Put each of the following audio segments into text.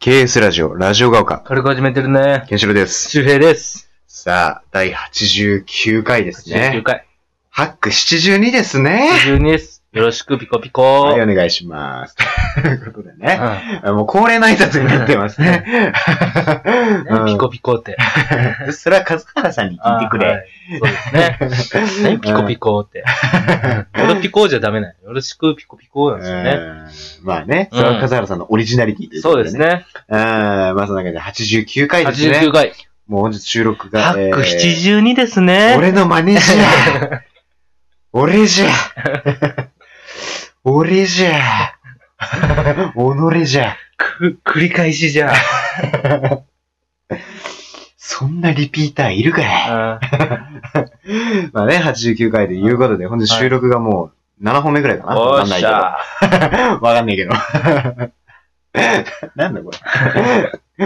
KS ラジオ、ラジオが丘、軽く始めてるね。ケンシロウです。周平です。さあ、第89回です19ね。回。ハック72ですね。 12です。よろしく、ピコピコ。はい、お願いします。 ということでね、うもう恒例の挨拶になってます ね。んねピコピコって。 うんそれは和原さんに聞いてくあれ。。はいそうですね。ねピコピコって。俺ピコじゃダメなの。よろしく、ピコピコなんですよね。うんまあね、それは和原さんのオリジナリティというこそうとです。ね。うんまあその中で89回ですね。 89回。もう本日収録が。ハックえー72ですね。俺の真似じゃ俺じゃ 俺じゃ己じゃく、繰り返しじゃ。そんなリピーターいるかいあまあね、89回でいうことで、本日収録がもう7本目くらいかなおわかっんないしけど。ゃ。わかんないけど。 なんだこれ。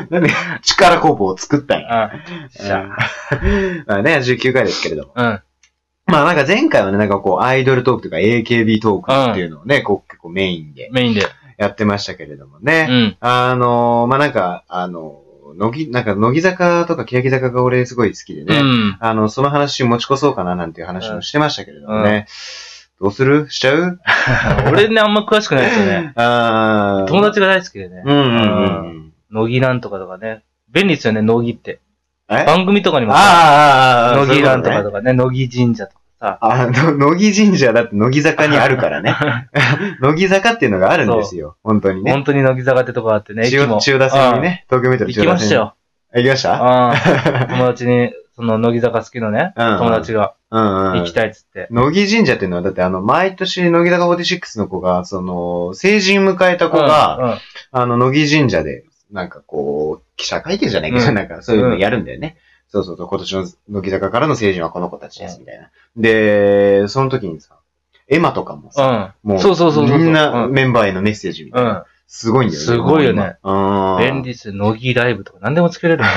なんで力工房を作ったんや。うんしゃ。うんまあね、19回ですけれども。うん。まあなんか前回はね、なんかこうアイドルトークとか AKB トークっていうのをね、こう結構メインでメインで。やってましたけれどもうね。ん。あのーまあ、なんか、あのー、乃木、なんか乃木坂とか欅坂が俺すごい好きでうね。ん。あの、その話持ち越そうかななんていう話もしてましたけれどもね。どうするしちゃう俺ね、あんま詳しくないですよね。あー友達が大好きでね。うんうんうんうん。乃木なんとかとかね。便利ですよね、乃木って。え 番組とかにもさ、あーあー、あー乃木なんそと。ういかうことねとかね、乃木神社とかさ。あの、乃木神社だって乃木坂にあるからね。 乃木坂っていうのがあるんですよ。本当にね。本当に乃木坂ってとこあってね、千代駅も。千代田線にね、東京メトロうん。行千き代ま田線したに。よ。行きましうんた 友達に、その、乃木坂好きのね、うんうん友達がうんうん。行きたいっつって。乃木神社っていうのは、だってあの、毎年乃木坂46の子が、その、成人迎えた子が、うんうんあの、乃木神社で、なんかこう、記者会見じゃないけど、うんなんかそういうのやるんだよね。そうそうそう、今年の乃木坂からの成人はこの子たちです、みたいな。で、その時にさ、エマとかもさ、うもん。そうそうそうそう。みんなうんメンバーへのメッセージみたういな。ん。すごいんだよね。すごいよね今。うん。便利っすよ。乃木ライブとか何でもつけれるもん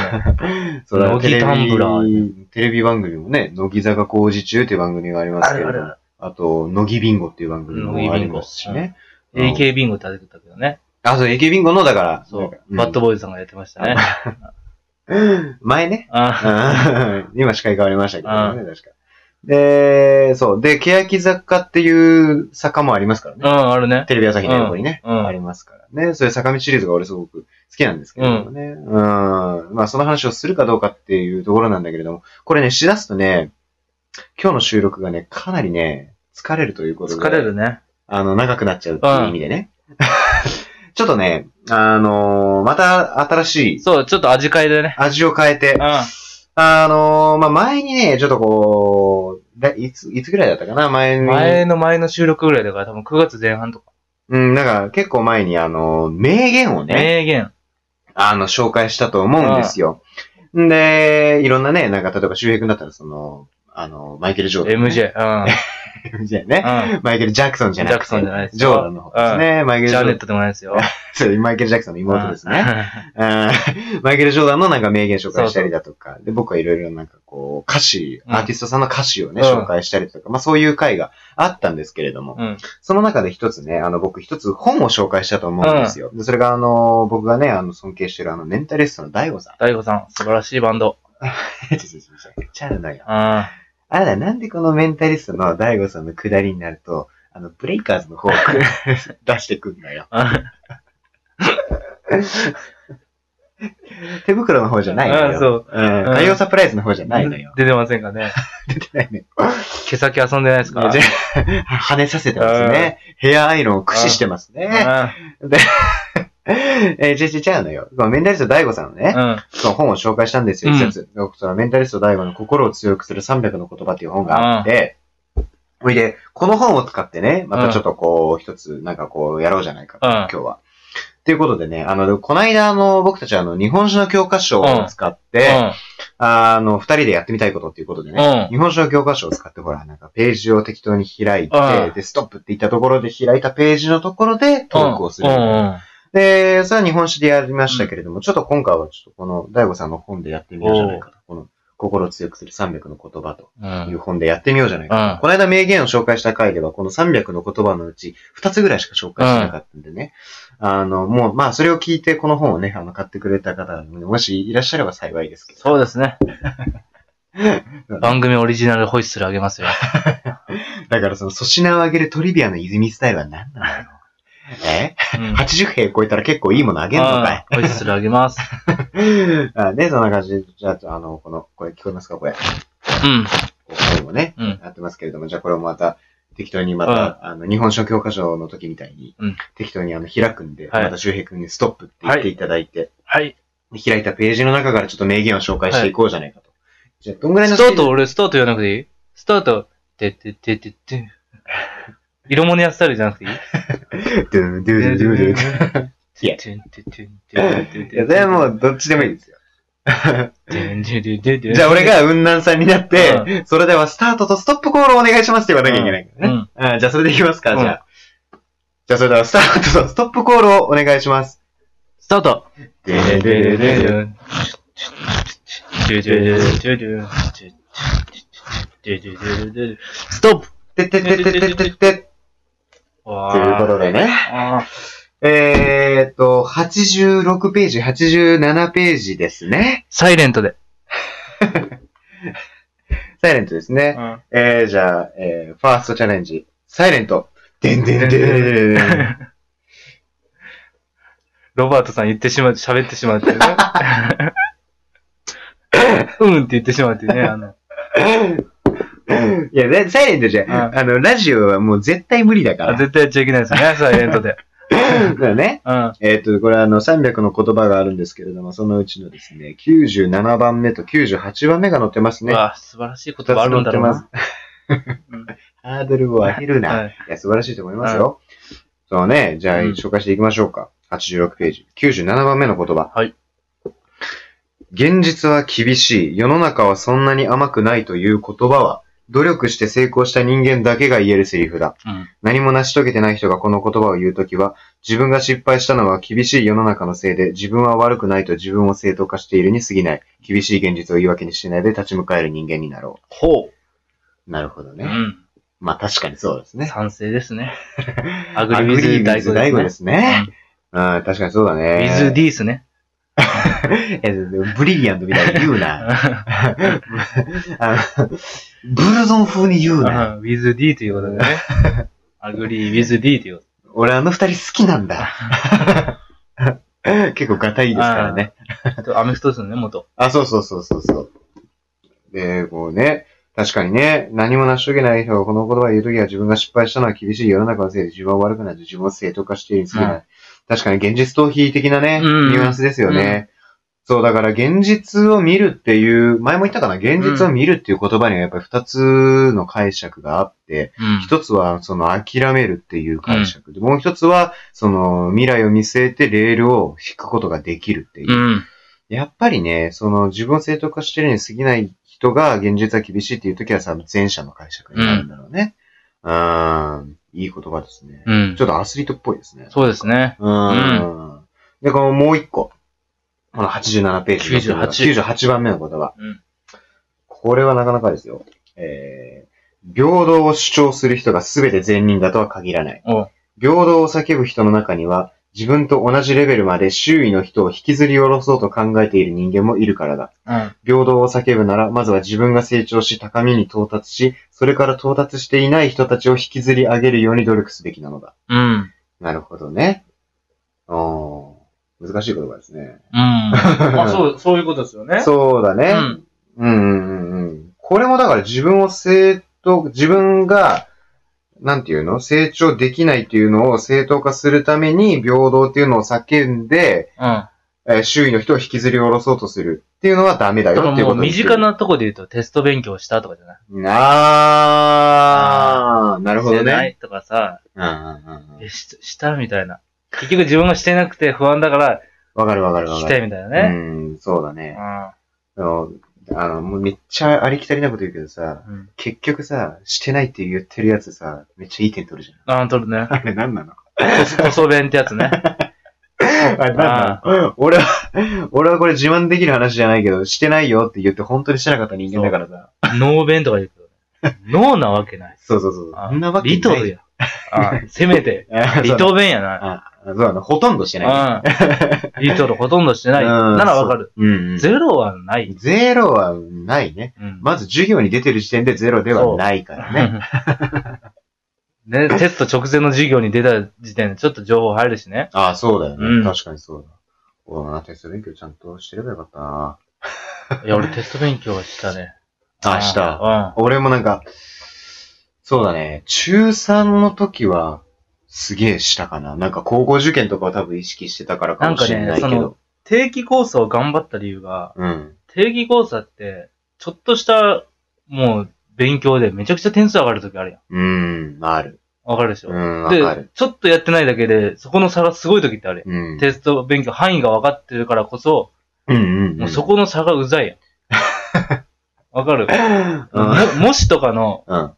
ね。そうだ乃木タンブラーテレビテレビ番組もね、乃木坂工事中っていう番組がありますけれどあるあるも、あと、乃木ビンゴっていう番組もありますしね。うん AK ビンゴって出てたけどね。あ、そう、AK ビンゴの、だから、そなんうか。バッドボーイズさんがやってましたね。うん 前ね。あうん今司会変わりましたけどね、確か。で、そう。で、欅坂っていう坂もありますからうね。ん、あるね。テレビ朝日の横にね、うんありますからね。そういう坂道シリーズが俺すごく好きなんですけれどもね。うん。まあ、その話をするかどうかっていうところなんだけれども、これね、しだすとね、今日の収録がね、かなりね、疲れるということで。疲れるね。あの、長くなっちゃうっていう意味でね。 ちょっとね、あのーまた新しいそう、ちょっと味変えでね。味を変えてう、ん。あのーまあ、前にね、ちょっとこう、だいつ、いつぐらいだったかな前に。前の前の収録ぐらいだから、多分9月前半とか。うん、なんか結構前にあの、名言をね、名言。あの、紹介したと思うんですよ。んで、いろんなね、なんか例えば周平君だったらその、あの、マイケル・ジョーダン、ね。 MJ。うん。 MJ ね。うん。マイケル・ジャクソンじゃなくて。ジャクソンじゃないですジョーダンの方ですね。マイケル・ジジョャーダーネンッ。トでもないですよ。そうマイケル・ジャクソンの妹ですね。ね。うんマイケル・ジョーダンのなんか名言紹介したりだとか、で、僕はいろいろなんかこう、歌詞、うんアーティストさんの歌詞をね、うん紹介したりとか、まあそういう回があったんですけれども、うん。その中で一つね、あの、僕一つ本を紹介したと思うんですよ。でそれがあの、僕がね、あの、尊敬してるあの、メンタリストの大悟さん。大悟さん、素晴らしいバンド。ちょちょちょちょちゃうのよ。ああら、なんでこのメンタリストの大悟さんの下りになると、あの、ブレイカーズの方をく出してくんだよ。あ。手袋の方じゃないのあよ。そう。うん。うん火曜サプライズの方じゃないのよ。出てませんかね。出てないのよ。毛先遊んでないですかじゃあ跳ねさせてますね。ヘアアイロンを駆使してますね。えー、じゃじゃじゃあのよ。このメンタリスト大悟さんのね、うん。その本を紹介したんですよ、うん一冊。そのメンタリスト大悟の心を強くする300の言葉っていう本があって、それで、この本を使ってね、またちょっとこう、一つ、なんかこう、やろうじゃないかと、うん今日は。っていうことでね、あの、こないだあの、僕たちはあの、日本史の教科書を使って、あの、二人でやってみたいことっていうことでね、うん日本史の教科書を使って、ほら、なんかページを適当に開いて、うんで、ストップって言ったところで開いたページのところでトークをする。うんうん。で、それは日本史でやりましたけれども、ちょっと今回はちょっとこの、大悟さんの本でやってみようじゃないかと。この、心を強くする300の言葉とう。いうん本でやってみようじゃないか。うん。この間名言を紹介した回では、この300の言葉のうち2つぐらいしか紹介してなかったんでね。あの、もう、まあ、それを聞いてこの本をね、あの、買ってくれた方、もしいらっしゃれば幸いですけど。そうですね。うん番組オリジナルホイッスルあげますよ。だからその粗品をあげるトリビアの泉スタイルは何なのよ。えうん。 ?80 平超えたら結構いいものあげんのかいうんホイッスルあげます。 あね、そんな感じで、じゃあ、あの、この、これ聞こえますかこれ。こうん。うもね、うん。やってますけれども、じゃあこれをまた、適当にまた、あの、日本書教科書の時みたいに、うん適当にあの、開くんで、はいまた周平君にストップって言っていただいて、はい。で開いたページの中からちょっと名言を紹介していこうじゃないかと。じゃあ、どんぐらいのスタート、俺スタート言わなくていいスタート。ててててて。色物やスタイルじゃなくていいドゥンドゥンドゥンドゥンドゥンいやいや、それはもう、どっちでもいいですよ。じじゃあ、俺、が雲南さんになって、それではスタートとストップコールをお願いしますって言わなきゃいけないからね。ね。あじゃあ、それでいきますか、うんじゃあ。じゃあ、それではスタートとストップコールをお願いします。スタートででででででストップでででででででということでね。えーっと、86ページ、87ページですね。サイレントで。サイレントですね。えー、じゃあ、えー、ファーストチャレンジ、サイレント。でんでんでんでんでんでん。ロバートさん言ってしまう、喋ってしまうっていうね。うんって言ってしまうっていうね。あの いや、でサイレントじゃ、うんあの、ラジオはもう絶対無理だかあら。絶対やっちゃいけないですよね、サイレントで。 だからね。うん。えっ、と、これあの、300の言葉があるんですけれども、そのうちのですね、97番目と98番目が載ってますうね。わ、素晴らしいこと二つがある載んっだてろうまなす。。 ハードルを上げるな。、はいいや、素晴らしいと思いますよ。そうね、じゃあ、うん紹介していきましょうか。86ページ。97番目の言葉。はい。現実は厳しい。世の中はそんなに甘くないという言葉は、努力して成功した人間だけが言えるセリフだ。うん。何も成し遂げてない人がこの言葉を言うときは、自分が失敗したのは厳しい世の中のせいで、自分は悪くないと自分を正当化しているに過ぎない。厳しい現実を言い訳にしないで立ち向かえる人間になろう。ほなるほどう。うね。ん。まあ確かにそうですね。賛成です ね。アアグリウィ大ズ大悟悟ですね。ですね。うん、確かにそうだウね。ィズ・ディースね。えブリリアントみたいに言うな。あのブルゾン風に言ウうな。 ィズ・ディーということでね。 アグリー・ウィズ・ディーというこ俺あの二人好きなん だ。結構ガタいいですからね。とで。アメフトですよね、元。あ、そうそうそうそうそう。で、こうね、確かにね、何も成し遂げない人がこの言葉を言うときは自分が失敗したのは厳しい世の中のせいで自分は悪くないと自分を正当化しているに過ぎない。う確かに現実逃避的なね、うんニュアンスですよね。そう、だから現実を見るっていう、前も言ったかな、現実を見るっていう言葉にはやっぱり二つの解釈があって、うん一つはその諦めるっていう解釈で、もう一つはその未来を見据えてレールを引くことができるっていう。うん。やっぱりね、その自分を正当化してるに過ぎない人が現実は厳しいっていう時はさ、前者の解釈になるんだろうね。うーん、いい言葉ですね。うんちょ。っとアスリートっぽいですね。そうですね。うーん。で、このもう一個。この87ページ。 98 98番目の言葉。うんこれはなかなかですよ。えー、平等を主張する人が全て善人だとは限らない。お平等を叫ぶ人の中には、自分と同じレベルまで周囲の人を引きずり下ろそうと考えている人間もいるからだ。うん。平等を叫ぶなら、まずは自分が成長し、高みに到達し、それから到達していない人たちを引きずり上げるように努力すべきなのだ。うん。なるほどね。おー難しい言葉ですね。 うん。あ、そう、そういうことですよね。そうだね。うんうんうんうんうん。これもだから自分を正当、自分が、なんていうの成長できないっていうのを正当化するために平等っていうのを叫んで、うん。えー周囲の人を引きずり下ろそうとするっていうのはダメだだよかっていうらこともうで身すよ近。なとこで言うとテスト勉強したとかじゃないあー、なるほどしてなね。いとかさ、うんうんうんうんえししたみたいな。結局自分がしてなくて不安だから、わかるわかるわしかたる。いみたいなうね。ん、そうだね。うあの、あのもうめっちゃありきたりなこと言うけどさ、ん。うん。結局さ、してないって言ってるやつさ、めっちゃいい点取るじゃん。ああ、取るね。あれ何なのこそこそ弁ってやつね。 あなんだ俺は、俺はこれ自慢できる話じゃないけど、してないよって言って本当にしてなかった人間だからさ。ノー弁とか言うけどね。ノーなわけない。そうそうそう。あそんなわけない。リ トルや。あせめて。あリトル弁やな。そうだな。ほとんどしてない。うんリトルほとんどしてない。うんならわかる。うんうん。ゼロはない。ゼロはないね。うんまず授業に出てる時点でゼロではないからね。ね、テスト直前の授業に出た時点でちょっと情報入るし ね。 ああ、そうだよね。うん確かにそうだ。おなテスト勉強ちゃんとしてればよかったないや、俺テスト勉強はしたね。あ、した。た。俺もなんか、そうだね。中3の時は、すげえしたかな。なんか高校受験とかは多分意識してたからかもしれないけなんかど。定期コースを頑張った理由が、うん。定期コースだって、ちょっとした、もう、勉強でめちゃくちゃ点数上がる時あるやん。うん、ある。わかるでしょ、うん、わかでる。、ちょっとやってないだけで、そこの差がすごい時ってあるやん。うん。テスト勉強範囲が分かってるからこそ、うんうんうん。もうそこの差がうざい やん。わかるうん。も、もしとかの、うん。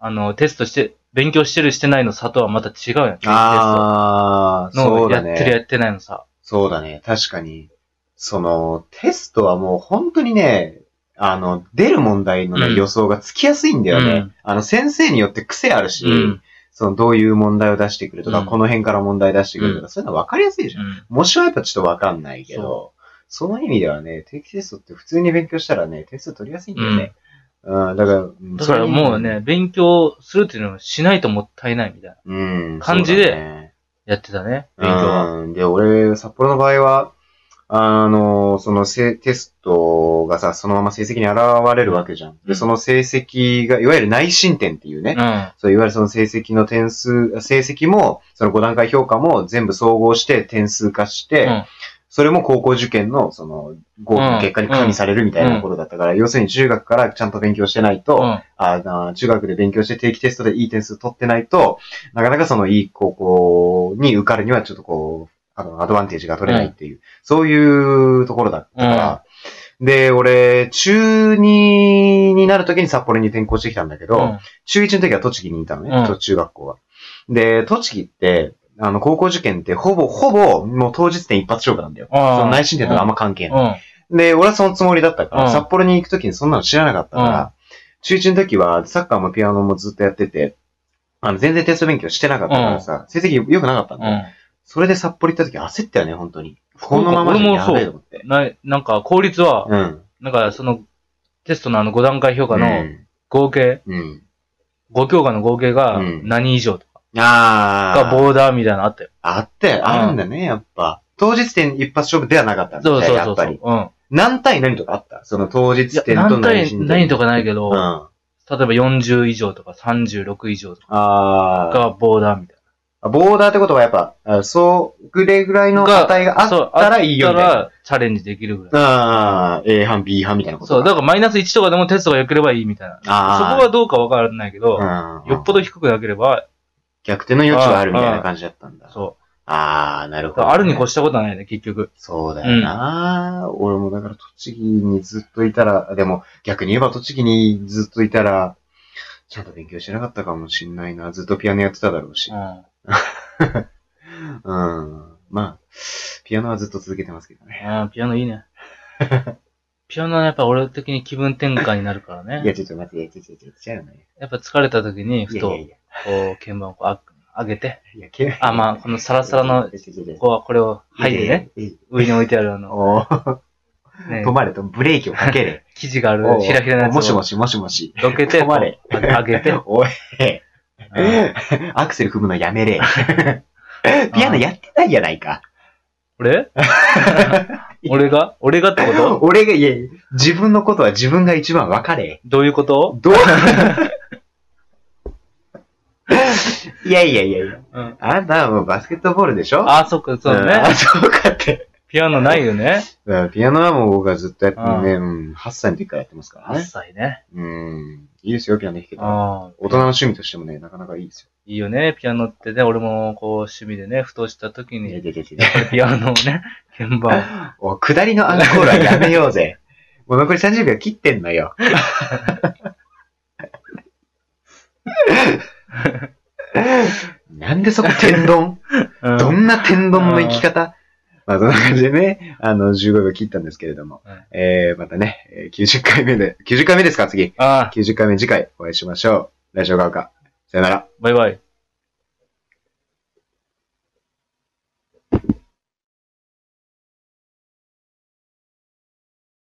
あの、テストして、勉強してるしてないの差とはまた違うやん。あー、テストそうのやだってるやね。ってないのさ。そうだね。確かに。その、テストはもう本当にね、あの、出る問題のね、うん予想がつきやすいんだよね。うんあの、先生によって癖あるし、うん。その、どういう問題を出してくるとか、うんこの辺から問題出してくるとか、うそういうの分かりやすいじゃん。うん模試はやっぱちょっと分かんないけど、その意味ではね、定期テストって普通に勉強したらね、点数取りやすいんだよね。うん、だから、うんだからもう、ね、勉強するっていうのはしないともったいないみたいな。それうん、感そじうでだねやってたね、勉強は。うん。で、俺、札幌の場合は、あの、そのせテストがさ、そのまま成績に現れるわけじゃん。うで、んその成績が、いわゆる内申点っていうね、うそういわゆるその成績の点数、成績も、その5段階評価も全部総合して点数化して、うんそれも高校受験の、その、合計の結果に加味されるみたいなことだったから、要するに中学からちゃんと勉強してないと、ん。うん。ああ中学で勉強して定期テストでいい点数取ってないと、なかなかそのいい高校に受かるにはちょっとこう、あの、アドバンテージが取れないっていう、そういうところだったから、で、俺、中2になる時に札幌に転校してきたんだけど、うん中1の時は栃木にいたのね、うんと中学校は。で、栃木って、あの、高校受験ってほぼ、ほぼ、もう当日点一発勝負なんだよ。うんその内申点とかあんま関係ない。うん。で、俺はそのつもりだったから、うん札幌に行くときにそんなの知らなかったから、う中1の時はサッカーもピアノもずっとやってて、あの、全然テスト勉強してなかったからさ、成績良くなかったんだよ。それで札幌行った時焦ったよね、本当に。このままじゃやべえと思ってう。ん。な、なんか、効率は、うん。なんか、その、テストのあの5段階評価うのん合計、うん。 5教科の合計がうん何以上とあか、ー。ボーダーみたいなのあったよ。あったよ。あるんだね、やっぱ。当日点一発勝負ではなかったんだそうそうやそっうそぱうり。。うん。何対何とかあったその当い日や、点と何内対心点。何とかないけうど、ん。あ例えば40以上とか36以上とかあー。がボーダーみたいボーダーってことはやっぱ、あそう、ぐれぐらいのが値がな。あったらいいよだみかたいな。らチャレンジできるぐらい。ああ、A 班、B 班みたいなことそう、だからマイナス1とかでもテストが良ければいいみたいな。そあこはどうかわからないけど、はよっぽど。ど低くなければ、逆転の余地はあるみたいな感じだったんだ。そああ、なるう。ほど、あるに越したことはないね、結局。そうだよな、俺もだから栃木にずっといたら、でも逆に言えば栃木にずっといたら、ちゃんと勉強してなかったかもしんないな。ずっとピアノやってただろうしう。ん。うん。まあ、ピアノはずっと続けてますけどね。うん、ピアノいいね。ピアノはやっぱ俺的に気分転換になるからいや、ね。ちょっと待って、いや、ちょっと待って、ちゃうね。やっぱ疲れた時に、いふやと、いやこいや。う、鍵盤をこうあ上げて、いや、けあ、まあ、このサラサラの、こここはこれをはいでね、。上に置いてあるあの、おーね止、まれと、ブレーキをかけ れ。生地があるおーひらひらのやつを。もしもし、もしもし。どけて、止まれこうあ上げて。 おい、うんアクセル踏むのやめ れ。ピアノやってないやないか。 俺俺が俺がってこと俺が、いや、自分のことは自分が一番分かれ。どういうこと どういやいやいやいや。うん。あなたはもうバスケットボールでしょ、あ、そっか、そうんあ、ね。そうかって。ピアノないよね。うんピアノはもう僕はずっとやってね、うん、8歳の時からやってますから8ね。歳ね。うん。いいですよ、ピアノ弾けたら。ああ。大人の趣味としてもね、なかなかいいですいいよね、ピアノってね。俺も、こう、趣味でね、ふとした時よ。いやに、いやいやいやピアノをね、鍵盤。 おい下りのアンコールはやめようぜ。 もう残り30秒切ってんの よ。なんでそこ天丼うん Ờ. どんな天丼の生き方まあそんな感じでね、あの、15秒切ったんですけれども、はいえー、またね、えー90回目で、90回目ですか、次。ああ、 90回目次回お会いしましょう。ラジオが丘。さよなら。バイバイ。